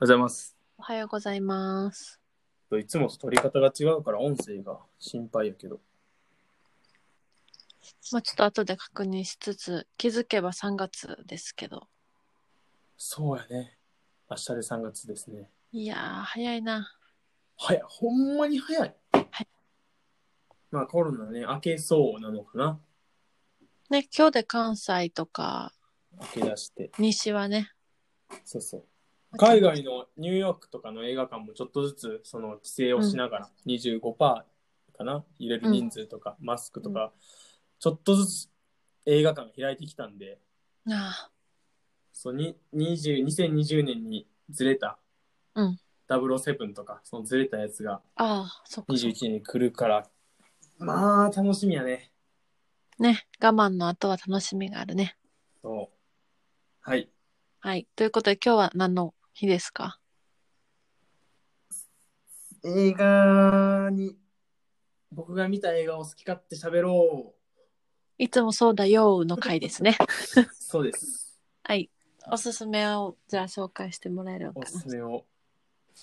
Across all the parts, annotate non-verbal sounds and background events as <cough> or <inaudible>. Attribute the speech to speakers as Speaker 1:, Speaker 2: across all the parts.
Speaker 1: ございます。
Speaker 2: おはようございます。
Speaker 1: いつもと取り方が違うから音声が心配やけど。
Speaker 2: まあ、ちょっと後で確認しつつ、気づけば3月ですけど。
Speaker 1: そうやね。明日で3月ですね。
Speaker 2: いやー、早いな。
Speaker 1: 早い。ほんまに早い。
Speaker 2: い
Speaker 1: まあコロナね、明けそうなのかな。
Speaker 2: ね、今日で関西とか
Speaker 1: 明け出して。
Speaker 2: 西はね。
Speaker 1: そうそう。海外のニューヨークとかの映画館もちょっとずつその規制をしながら、25%かな入れる人数とか、マスクとか、ちょっとずつ映画館が開いてきたんで、
Speaker 2: なあ。
Speaker 1: そうに20 2020年にずれた、
Speaker 2: うん
Speaker 1: 007とかそのずれたやつが
Speaker 2: ああ、そっかそっ
Speaker 1: 21
Speaker 2: か。
Speaker 1: 年に来るからまあ楽しみやね
Speaker 2: ね、我慢の後は楽しみがあるね。
Speaker 1: そうはい
Speaker 2: はい。ということで今日は何の日ですか
Speaker 1: 映画に僕が見た映画を好き勝手喋ろ
Speaker 2: いつもそうだよーの回ですね。
Speaker 1: うそうです
Speaker 2: はい。おすすめをじゃあ紹介してもらえるのか
Speaker 1: お
Speaker 2: な。
Speaker 1: すすめを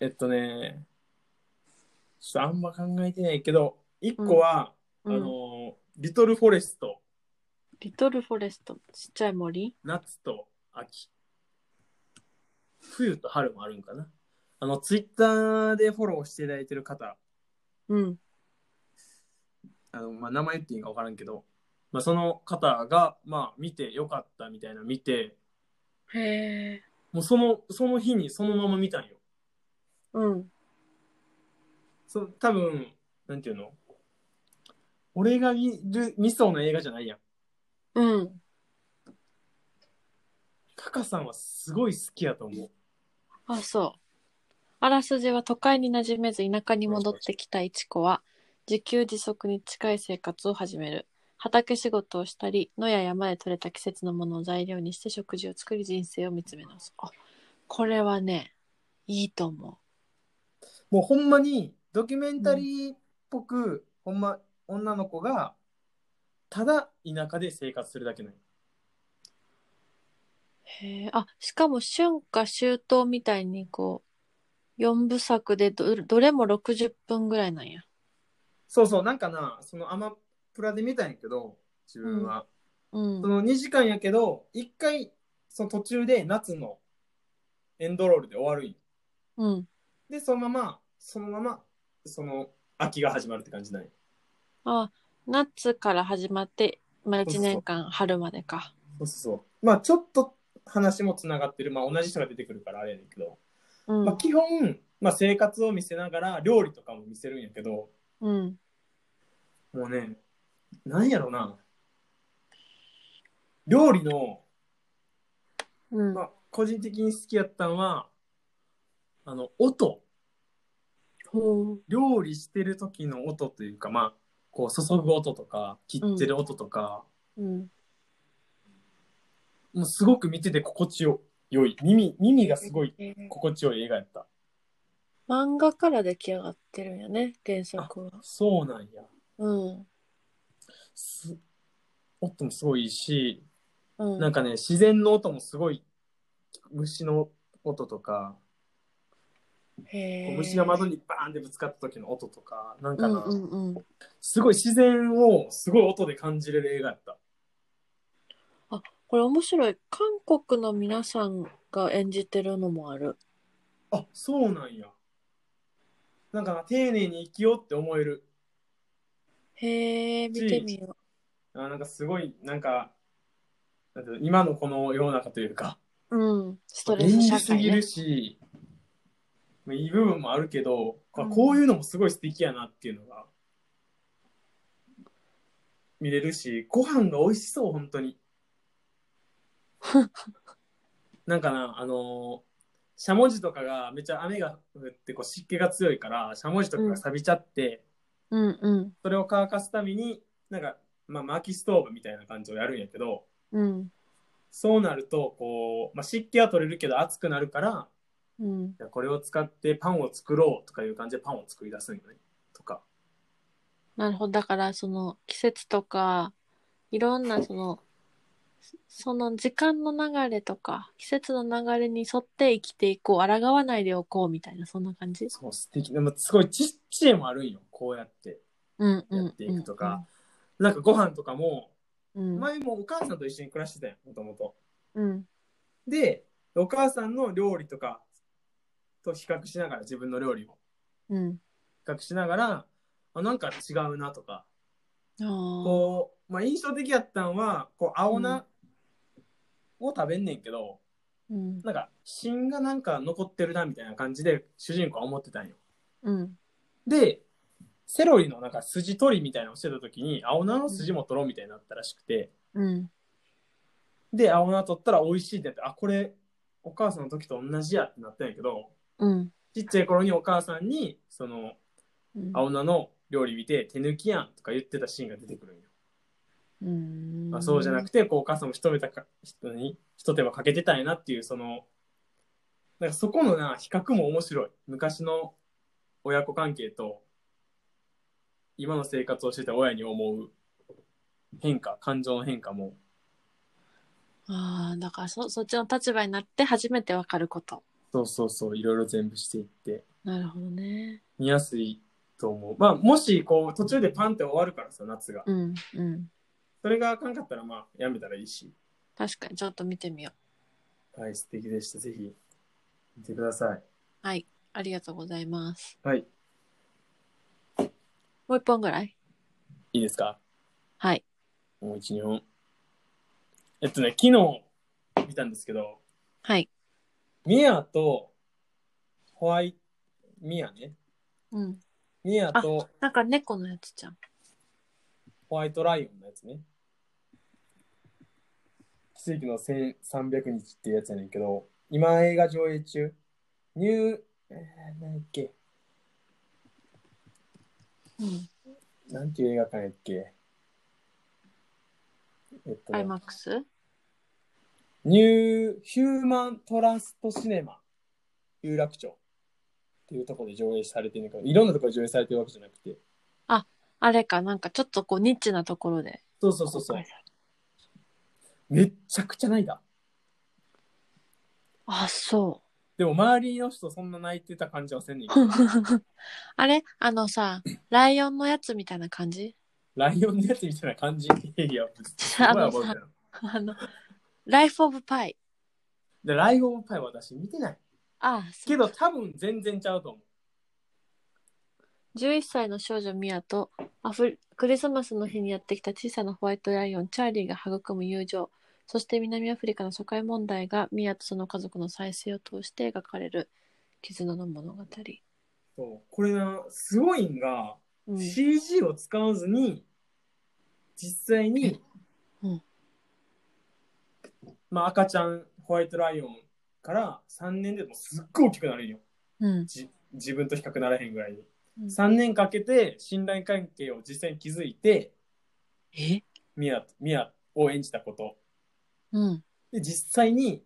Speaker 1: えっとねちょっとあんま考えてないけど一個は、
Speaker 2: うん
Speaker 1: あのーリトルフォレスト
Speaker 2: リトルフォレスト、ちっちゃい森
Speaker 1: 夏と秋冬と春もあるんかなあのツイッターでフォローしていただいてる方
Speaker 2: うん。
Speaker 1: あの、まあ、名前言っていいんか分からんけど、まあ、その方が、まあ、見てよかったみたいな見て
Speaker 2: へえ。
Speaker 1: もうそのその日にそのまま見たんよ
Speaker 2: うん。
Speaker 1: そ多分なんていうの俺が見る見そうな映画じゃないやん
Speaker 2: うん。
Speaker 1: カカさんはすごい好きやと思う
Speaker 2: あ、そう。あらすじは都会に馴染めず田舎に戻ってきた一子は、自給自足に近い生活を始める。畑仕事をしたり、野や山で採れた季節のものを材料にして食事を作り人生を見つめ直す。あ、これはね、いいと思
Speaker 1: もうほんまにドキュメンタリーっぽく、ほんま女の子がただ田舎で生活するだけなの
Speaker 2: う。へえ。あ、しかも春夏秋冬みたいにこう、4部作でどどれも60分ぐらいなんや。
Speaker 1: そうそうなんかなそのアマプラで見たんやけど自分は、
Speaker 2: うん
Speaker 1: そ。の2時間やけど1回その途中で夏のエンドロールで終わるんよ
Speaker 2: うん。
Speaker 1: でそのままそのままその秋が始まるって感じなんよ
Speaker 2: あ、夏から始まって、まあ、
Speaker 1: そうそう
Speaker 2: 1年間春までか。
Speaker 1: そうそうそうまあちょっと話もつながってるまあ同じ人が出てくるからあれやねんけど、
Speaker 2: うん
Speaker 1: まあ、基本、まあ、生活を見せながら料理とかも見せるんやけど、
Speaker 2: うん。
Speaker 1: もうね、なんやろな。料理の、
Speaker 2: うん
Speaker 1: ま。あ、個人的に好きやったんは、あの、音。
Speaker 2: ほう。
Speaker 1: 料理してる時の音というか、まあ、こう、注ぐ音とか、切ってる音とか、
Speaker 2: うん。
Speaker 1: もうすごく見てて心地よ良い。耳、耳がすごい心地よい映画やった。
Speaker 2: 漫画から出来上がってるんやね、原作は。
Speaker 1: そうなんや。
Speaker 2: うん。
Speaker 1: す音もすごいいいし、
Speaker 2: うん。
Speaker 1: なんかね、自然の音もすごい、虫の音とか、
Speaker 2: へー
Speaker 1: 虫が窓にバーンってぶつかった時の音とか、なんかな、
Speaker 2: うんうんうん。
Speaker 1: すごい自然をすごい音で感じれる映画やった。
Speaker 2: これ面白い。韓国の皆さんが演じてるのもある。
Speaker 1: あ、そうなんや。なんかな、丁寧に生きようって思える。
Speaker 2: へえ、見てみよ
Speaker 1: あなんかすごい、なんか、なんていうの今のこの世の中というか、
Speaker 2: う。うん。ストレ
Speaker 1: 便
Speaker 2: ス
Speaker 1: 利
Speaker 2: 社
Speaker 1: すぎ
Speaker 2: 会
Speaker 1: る
Speaker 2: ね。
Speaker 1: し、いい部分もあるけど、あ
Speaker 2: うん
Speaker 1: こういうのもすごい素敵やなっていうのが、見れるし、ご飯が美味しそう、本当に。
Speaker 2: <laughs>
Speaker 1: なんかな、あのーしゃもじとかがめっちゃ雨が降ってこう湿気が強いから、しゃもじとかが錆びちゃって、
Speaker 2: うんうん。
Speaker 1: それを乾かすために、なんか、まあ、薪ストーブみたいな感じをやるんやけど、
Speaker 2: うん。
Speaker 1: そうなると、こう、まあ、湿気は取れるけど暑くなるから、
Speaker 2: うん。
Speaker 1: じゃあこれを使ってパンを作ろうとかいう感じでパンを作り出すんよね。とか。
Speaker 2: なるほど。だから、その季節とか、いろんなそのその時間の流れとか、季節の流れに沿って生きていこう、抗わないでおこうみたいな、そんな感じ
Speaker 1: そう、素敵。でも、すごいちっちゃいもあるんよ。こうやって
Speaker 2: うんうん。
Speaker 1: やっていくとか。なんかご飯とかも、
Speaker 2: うん。
Speaker 1: 前もお母さんと一緒に暮らしてたよ、もともと。
Speaker 2: うん。
Speaker 1: で、お母さんの料理とかと比較しながら、自分の料理を
Speaker 2: うん。
Speaker 1: 比較しながら、あなんか違うなとか、
Speaker 2: ああ。
Speaker 1: こう、まあ、印象的やったんは、こう、青菜を食べんねんけど、
Speaker 2: うん。
Speaker 1: なんか、芯がなんか残ってるなみたいな感じで、主人公は思ってたんよ。
Speaker 2: うん。
Speaker 1: で、セロリのなんか筋取りみたいなのをしてた時に、青菜の筋も取ろうみたいになったらしくて、
Speaker 2: うん。
Speaker 1: で、青菜取ったら美味しいってなって、あ、これ、お母さんの時と同じやってなったんやけど、
Speaker 2: うん。
Speaker 1: ちっちゃい頃にお母さんに、その、
Speaker 2: うん。
Speaker 1: 青菜の料理見て、手抜きやんとか言ってたシーンが出てくるんよ。
Speaker 2: うん。
Speaker 1: まあ、そうじゃなくて、こう、お母さんも一目たか、人に、一手間かけてたんやなっていう、その、なんかそこのな、比較も面白い。昔の親子関係と、今の生活をしてて親に思う変化、感情の変化も、
Speaker 2: ああ、だからそ、そっちの立場になって初めてわかること。
Speaker 1: そうそうそう、いろいろ全部していって、
Speaker 2: なるほどね。
Speaker 1: 見やすいと思う。まあ、もし、こう、途中でパンって終わるからさ、夏が。
Speaker 2: うん。うん。
Speaker 1: それがあかんかったら、まあ、やめたらいいし。
Speaker 2: 確かに、ちょっと見てみよう。
Speaker 1: はい、素敵でした。ぜひ、見てください。
Speaker 2: はい。ありがとうございます。
Speaker 1: はい、
Speaker 2: もう一本ぐらい
Speaker 1: いいですか
Speaker 2: はい。
Speaker 1: もう一、二本。えっとね、昨日見たんですけど、
Speaker 2: はい。
Speaker 1: ミアと、ホワイ、ミアね。
Speaker 2: うん。
Speaker 1: ミアと
Speaker 2: なんか猫のやつじゃん。
Speaker 1: ホワイトライオンのやつね。奇跡の1300日っていうやつやねんけど、今映画上映中、ニュー、えー、何やっけ、
Speaker 2: うん。
Speaker 1: なんていう映画館やっけ。えっと
Speaker 2: アイ
Speaker 1: ね、
Speaker 2: マックス
Speaker 1: ニューヒューマントラストシネマ有楽町っていうところで上映されてるんだけど、いろんなところで上映されてるわけじゃなくて。
Speaker 2: あれか、なんかちょっとこう、ニッチなところで。
Speaker 1: そうそうそうそう。めっちゃくちゃ泣いた。
Speaker 2: あ、そ
Speaker 1: でも周りの人そんな泣いてた感じはせんねんけ
Speaker 2: う。
Speaker 1: ど。
Speaker 2: <laughs> あれあのさ、ライオンのやつみたいな感じ
Speaker 1: ライオンのやつみたいな感じ。いや、 <laughs> す
Speaker 2: あ
Speaker 1: ごい
Speaker 2: の
Speaker 1: 覚えて
Speaker 2: さ
Speaker 1: る、
Speaker 2: あの、ライフ・オブ・パイ。
Speaker 1: で、ライオンパイは私見てない。
Speaker 2: あ、
Speaker 1: けど多分全然ちゃうと思う。
Speaker 2: 11歳の少女ミアとアフリクリスマスの日にやってきた小さなホワイトライオンチャーリーが育む友情そして南アフリカの社会問題がミアとその家族の再生を通して描かれる絆の物語、
Speaker 1: そうこれな、すごいんが、
Speaker 2: うん
Speaker 1: CG を使わずに、実際に、
Speaker 2: うん
Speaker 1: まあ赤ちゃん、ホワイトライオンから3年でもすっごい大きくなるんよ。
Speaker 2: うん
Speaker 1: じ自分と比較ならへんぐらいに。
Speaker 2: うん
Speaker 1: 3年かけて信頼関係を実際に築いて、
Speaker 2: え
Speaker 1: ミア、ミアを演じたこと。
Speaker 2: うん
Speaker 1: で、実際に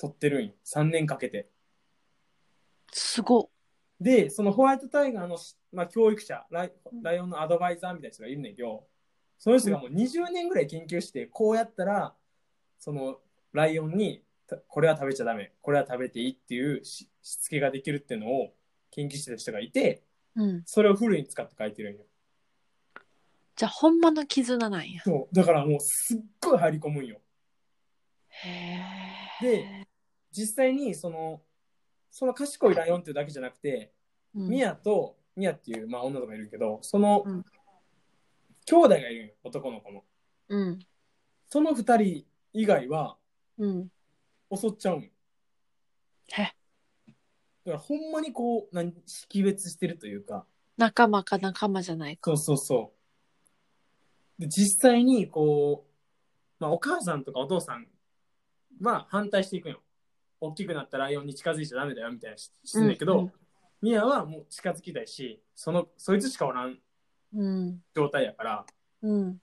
Speaker 1: 撮ってるんよ。3年かけて。
Speaker 2: すごっ
Speaker 1: で、そのホワイトタイガーの、まあ、教育者ライ、ライオンのアドバイザーみたいな人がいるんだけど、その人がもう20年ぐらい研究して、こうやったら、そのライオンに、たこれは食べちゃダメ、これは食べていいっていうししつけができるっていうのを研究してた人がいて、
Speaker 2: うん
Speaker 1: それをフルに使って書いてるんよ。
Speaker 2: じゃあほんまの絆なんや
Speaker 1: そう。だからもうすっごい入り込むんよ。
Speaker 2: へえ
Speaker 1: で、実際にその、その賢いライオンっていうだけじゃなくて、ミアと、ミアっていう、まあ、女の子がいるけど、その、
Speaker 2: うん
Speaker 1: 兄弟がいるんよ、男の子の。
Speaker 2: うん
Speaker 1: その二人以外は
Speaker 2: うん
Speaker 1: 襲っちゃうんよ。
Speaker 2: へ
Speaker 1: だから、ほんまにこう、何、識別してるというか、
Speaker 2: 仲間か仲間じゃないか
Speaker 1: そうそうそう。で、実際に、こう、まあ、お母さんとかお父さんは反対していくんよ。大きくなったライオンに近づいちゃダメだよ、みたいなししてんだけど、
Speaker 2: うんうん
Speaker 1: ミアはもう近づきたいし、その、そいつしかおらん
Speaker 2: うん
Speaker 1: 状態やから、
Speaker 2: うん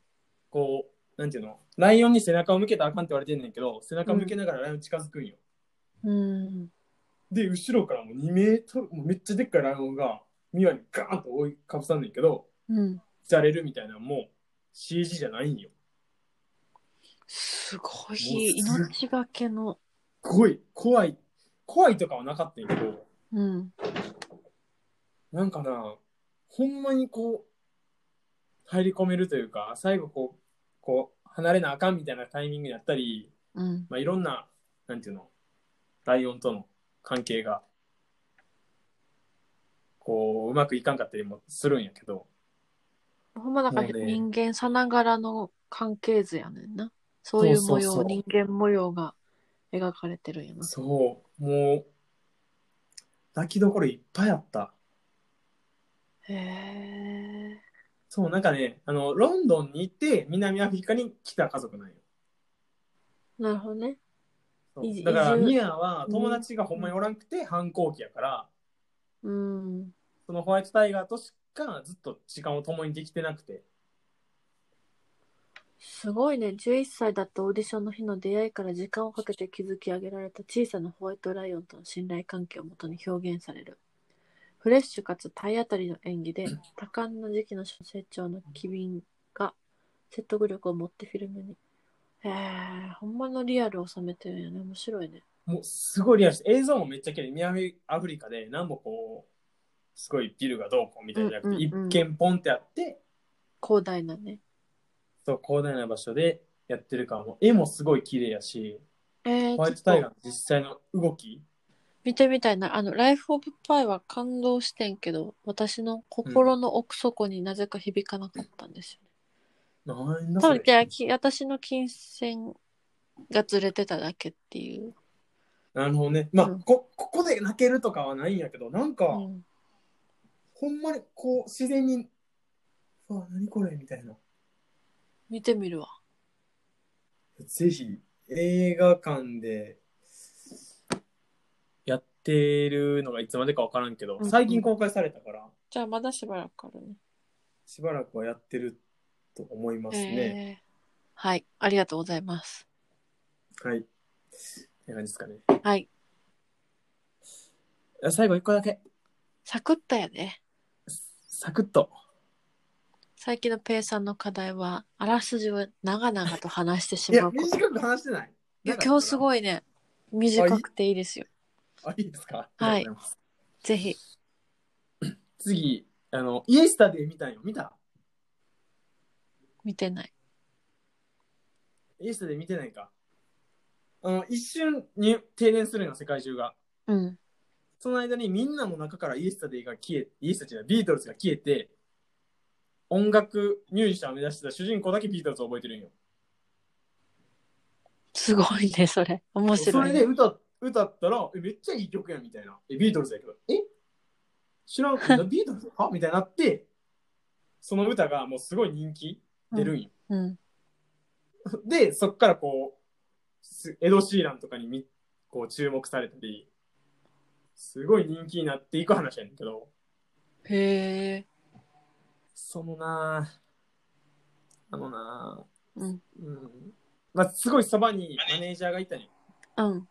Speaker 1: こう、なんていうの、ライオンに背中を向けたらあかんって言われてんねんけど、背中向けながらライオン近づくんよ。
Speaker 2: うん
Speaker 1: で、後ろからもう2メートル、もうめっちゃでっかいライオンが、ミワにガーンと追いかぶさんねんけど、
Speaker 2: うん
Speaker 1: じゃれるみたいなのも CG じゃないんよ。
Speaker 2: すご
Speaker 1: い
Speaker 2: い。命がけの。
Speaker 1: すごい怖い怖いとかはなかったんやけど
Speaker 2: うん。
Speaker 1: なんかなほんまにこう入り込めるというか最後こうこう離れなあかんみたいなタイミングやったり、
Speaker 2: うん。
Speaker 1: まあ、いろんななんていうのライオンとの関係がこううまくいかんかったりもするんやけど
Speaker 2: ほんまだから
Speaker 1: もうね
Speaker 2: 人間さながらの関係図やねんな。そういう
Speaker 1: そ
Speaker 2: 模
Speaker 1: うそうそ
Speaker 2: 様、
Speaker 1: う
Speaker 2: 人間模様が描かれてるんやな。
Speaker 1: そうもう泣きどころいっぱいあった
Speaker 2: へえ。
Speaker 1: そうなんかねあのロンドンに行って南アフリカに来た家族なんよ
Speaker 2: なるほどね。
Speaker 1: そう
Speaker 2: い
Speaker 1: だから
Speaker 2: 移住
Speaker 1: ミアは友達がほんまにおらんくて反抗期やから、
Speaker 2: うん。
Speaker 1: そのホワイトタイガーとしかずっと時間を共にできてなくて
Speaker 2: すごいね。11歳だったオーディションの日の出会いから時間をかけて築き上げられた小さなホワイトライオンとの信頼関係をもとに表現される。フレッシュかつ体当たりの演
Speaker 1: <clears throat>
Speaker 2: 技で多感な時期の成長の機敏が説得力を持ってフィルムに。へえ、ほんまのリアルを収めてるんやね。面白いね。
Speaker 1: もうすごいリアルして映像もめっちゃ綺麗南アフリカで何もこうすごいビルがどうこうみたいじゃなくて、
Speaker 2: うんうんうん
Speaker 1: 一軒ポンってあって
Speaker 2: 広大なね。
Speaker 1: そう広大な場所でやってるからもう絵もすごい綺麗やしホ
Speaker 2: えー、
Speaker 1: ワイ
Speaker 2: ち
Speaker 1: トタイ
Speaker 2: ょっ
Speaker 1: ガー
Speaker 2: と
Speaker 1: の実際の動き
Speaker 2: 見てみたいな。あの、ライフ・オブ・パイは感動してんけど、私の心の奥底になぜか響かなかったんですよね。
Speaker 1: なんだ
Speaker 2: 多
Speaker 1: そ
Speaker 2: 分
Speaker 1: れ
Speaker 2: じゃあき私の金銭がずれてただけっていう。
Speaker 1: なるほどねまあ、
Speaker 2: うん
Speaker 1: こここで泣けるとかはないんやけどなんか、
Speaker 2: うん、
Speaker 1: ほんまにこう自然に「うわ何これ」みたいな
Speaker 2: 見てみるわ。
Speaker 1: ぜひ映画館でやってるのがいつまでか分からんけど、
Speaker 2: うんうん
Speaker 1: 最近公開されたから
Speaker 2: じゃあまだしばらくあるね。
Speaker 1: しばらくはやってると思いますね。
Speaker 2: えーはい。ありがとうございます。
Speaker 1: はい。って感じですかね。
Speaker 2: はい。
Speaker 1: あ最後一個だけ
Speaker 2: サクッとやね。
Speaker 1: サクッと。
Speaker 2: 最近のペイさんの課題は、あらすじを長々と話してし
Speaker 1: い
Speaker 2: ま
Speaker 1: や
Speaker 2: うこと。い
Speaker 1: 短く話してない。
Speaker 2: や、今日す
Speaker 1: い。
Speaker 2: ごいね。短くていいですよ。
Speaker 1: あいいですか。
Speaker 2: はい
Speaker 1: ありがとうござます
Speaker 2: ぜひ。
Speaker 1: 次あのイエスタデー見たんよ見た。
Speaker 2: 見てない。
Speaker 1: イエスタデー見てないか。あの一瞬に停電するの世界中が。
Speaker 2: うん。
Speaker 1: その間にみんなの中からイエスタデイが消え、イエスタデイじゃないビートルズが消えて、音楽ミュージシャンを目指してた主人公だけビートルズを覚えてるんよ。
Speaker 2: すごいね、それ。面
Speaker 1: そ
Speaker 2: 白
Speaker 1: れ
Speaker 2: い、ね。
Speaker 1: で歌歌ったら、えめっちゃいい曲やんみたいな。え、ビートルズやけど、え知
Speaker 2: <laughs>
Speaker 1: らんけど、ビートルズかみたいになって、その歌がもうすごい人気出るんよ。
Speaker 2: うん。
Speaker 1: で、そっからこうす、エド・シーランとかにみこう注目されたり、すごい人気になっていく話やねんけど、
Speaker 2: へえ。
Speaker 1: そのなああのなあ
Speaker 2: うん。
Speaker 1: うん。まあ、すごいそばにマネージャーがいたのよ。
Speaker 2: うん。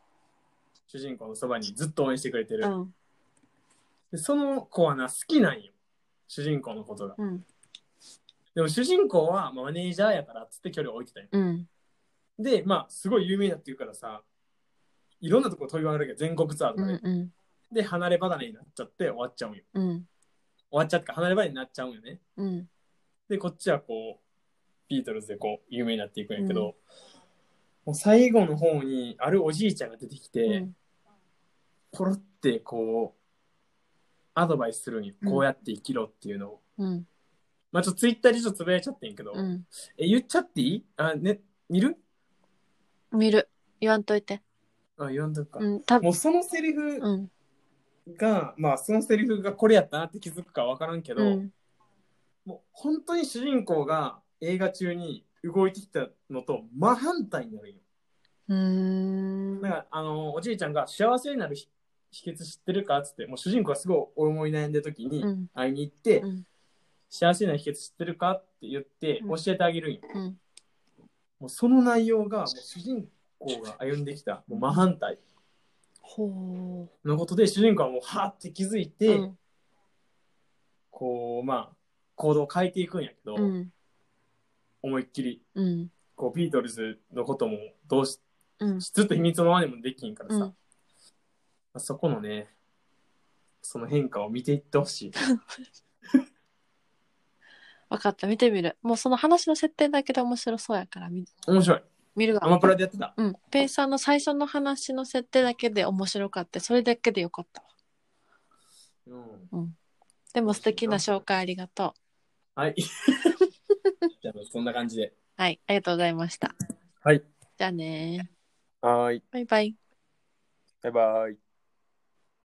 Speaker 1: 主人公のそばにずっと応援してくれてる
Speaker 2: う。ん。
Speaker 1: でその子はな、好きなんよ。主人公のことが。
Speaker 2: うん。
Speaker 1: でも主人公はまあマネージャーやからっつって距離を置いてたんよ。
Speaker 2: うん。
Speaker 1: で、まあ、すごい有名になってるからさ、いろんなとこ飛び回るけど、全国ツアーと
Speaker 2: う
Speaker 1: かで。
Speaker 2: ん。うん。
Speaker 1: で、離れ離れになっちゃって終わっちゃうんよ。
Speaker 2: うん。
Speaker 1: 終わっちゃってか離れ離れになっちゃうんよね。
Speaker 2: うん。
Speaker 1: で、こっちはこう、ビートルズでこう、有名になっていくんやけど、もう最後の方に、あるおじいちゃんが出てきて、
Speaker 2: うん
Speaker 1: ポロってこう、アドバイスするに、
Speaker 2: うん
Speaker 1: こうやって生きろっていうのを、
Speaker 2: うん
Speaker 1: まあちょっとツイッターでちょっとつぶやいちゃってんけど、
Speaker 2: うん
Speaker 1: え、言っちゃっていいあ、ね、見る
Speaker 2: 見る言わんといて
Speaker 1: あ、言わんとくか。
Speaker 2: うん多分
Speaker 1: もうそのセリフ
Speaker 2: うん
Speaker 1: が、まあそのセリフがこれやったなって気づくかわからんけど、
Speaker 2: うん
Speaker 1: もう本当に主人公が映画中に動いてきたのと真反対になるんよ。
Speaker 2: うーん
Speaker 1: だからあのおじいちゃんが幸せになるひ秘訣知ってるかっつってもう主人公がすごい思い悩んでる時に
Speaker 2: うん
Speaker 1: 会いに行って、
Speaker 2: うん
Speaker 1: 幸せになる秘訣知ってるかって言って
Speaker 2: うん
Speaker 1: 教えてあげるんよ、
Speaker 2: うん
Speaker 1: もうその内容がもう主人公が歩んできたもう真反対
Speaker 2: ほ
Speaker 1: のことで主人公はもうはーって気づいうて、
Speaker 2: うん
Speaker 1: こうまあ行動を変えていくんやけど、
Speaker 2: うん
Speaker 1: 思いっきり
Speaker 2: うん
Speaker 1: こうビートルズのこともどうし
Speaker 2: うん。
Speaker 1: ずっと秘密のままでもできひんからさ、
Speaker 2: うん
Speaker 1: まあそこのねその変化を見ていってほしい
Speaker 2: わかった、見てみる。もうその話の設定だけで面白そうやから見
Speaker 1: 面白い
Speaker 2: 見る
Speaker 1: ア
Speaker 2: わ。
Speaker 1: マプラでやってた
Speaker 2: うん。ペイさんの最初の話の設定だけで面白かった。それだけでよかったわ。
Speaker 1: うん
Speaker 2: でも素敵な紹介ありがと
Speaker 1: はい <laughs> じゃあそんな感じで
Speaker 2: う。はい、ありがとうございました。
Speaker 1: はい
Speaker 2: じゃあね
Speaker 1: はい
Speaker 2: バイバイ。
Speaker 1: バイバイ